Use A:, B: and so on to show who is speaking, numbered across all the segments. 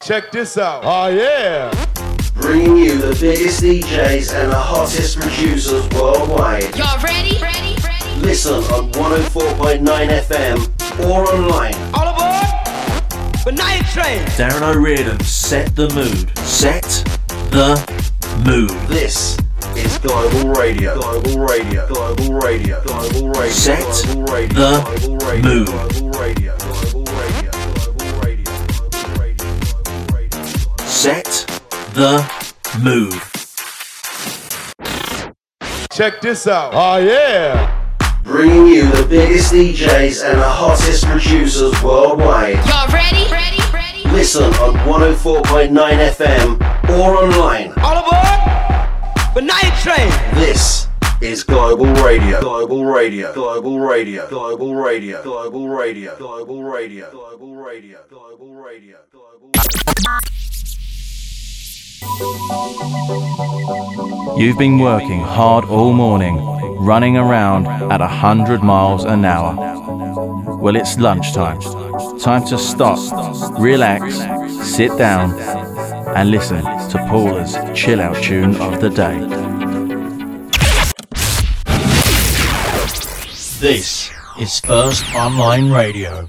A: Check this out. Oh, yeah.
B: Bringing you the biggest DJs and the hottest producers worldwide.
C: Y'all ready? Ready? Ready?
B: Listen on 104.9 FM or online.
D: All aboard the night train.
E: Darren O'Riordan set the mood. Set the mood.
B: This is Global Radio. Global Radio. Global Radio. Global Radio.
E: Set
B: Global Radio.
E: the
B: Global Radio.
E: mood.
B: Global Radio. Global Radio. Global Radio. Global Radio. Global Radio.
E: Set the mood.
A: Check this out. Oh, yeah.
B: Bringing you the biggest DJs and the hottest producers worldwide.
C: Y'all ready? Ready? Ready?
B: Listen on 104.9 FM or online.
D: All aboard the night train.
B: This is Global Radio. Global Radio. Global Radio. Global Radio. Global Radio. Global Radio. Global Radio. Global Radio. Global
F: You've been working hard all morning, running around at 100 miles an hour. Well, it's lunchtime. Time to stop, relax, sit down, and listen to Paula's chill out tune of the day.
E: This is First Online Radio.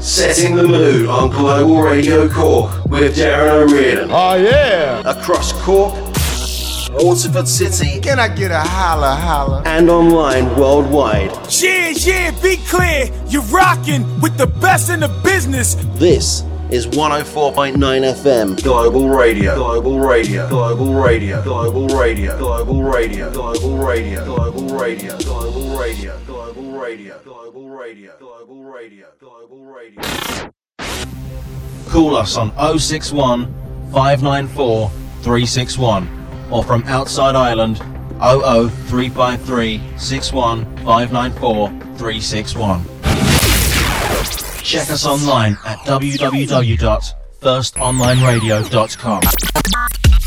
B: Setting the mood on Global Radio Cork with Darren O'Riordan.
A: Oh, yeah.
B: Across Cork, Waterford City,
G: Can I get a holla holla?
B: and online worldwide.
H: Yeah, yeah, be clear. You're rocking with the best in the business.
B: This is 104.9 FM Global Radio. Global Radio. Global Radio. Global Radio. Global Radio. Global Radio. Global Radio. Global Radio. Global Radio. Global Radio. Global Radio. Global Radio.
E: Call us on 061 594 361 or from outside Ireland 00353 61 594 361. Check us online at www.firstonlineradio.com.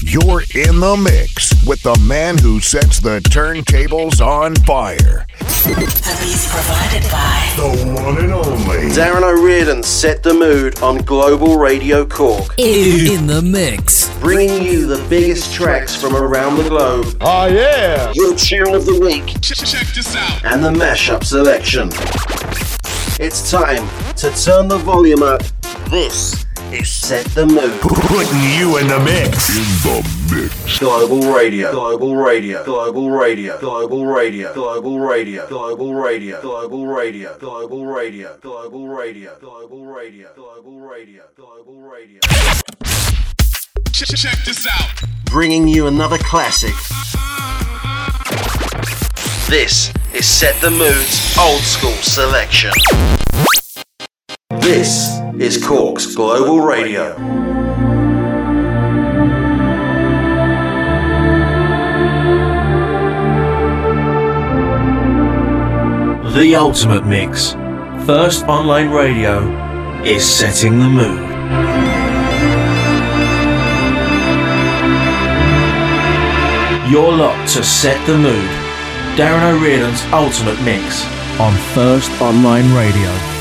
I: You're in the mix with the man who sets the turntables on fire. The one and only.
B: Darren O'Riordan set the mood on Global Radio Cork,
J: in the mix.
B: bringing you the biggest tracks from around the globe,
A: Oh, yeah.
B: your tune of the week,
A: Check this out.
B: and the mashup selection. It's time to turn the volume up. This is Set the Mood.
I: Putting you in the mix. In the mix.
B: Global Radio. Global Radio. Global Radio. Global Radio. Global Radio. Global Radio. Global Radio. Global Radio. Global Radio. Global Radio. Global Radio. Global Radio.
A: Check this out.
B: Bringing you another classic. This is Set the Mood's old school selection. This is Cork's Global Radio.
E: The ultimate mix. First Online Radio is setting the mood. You're locked to set the mood. Darren O'Riordan's ultimate mix on First Online Radio.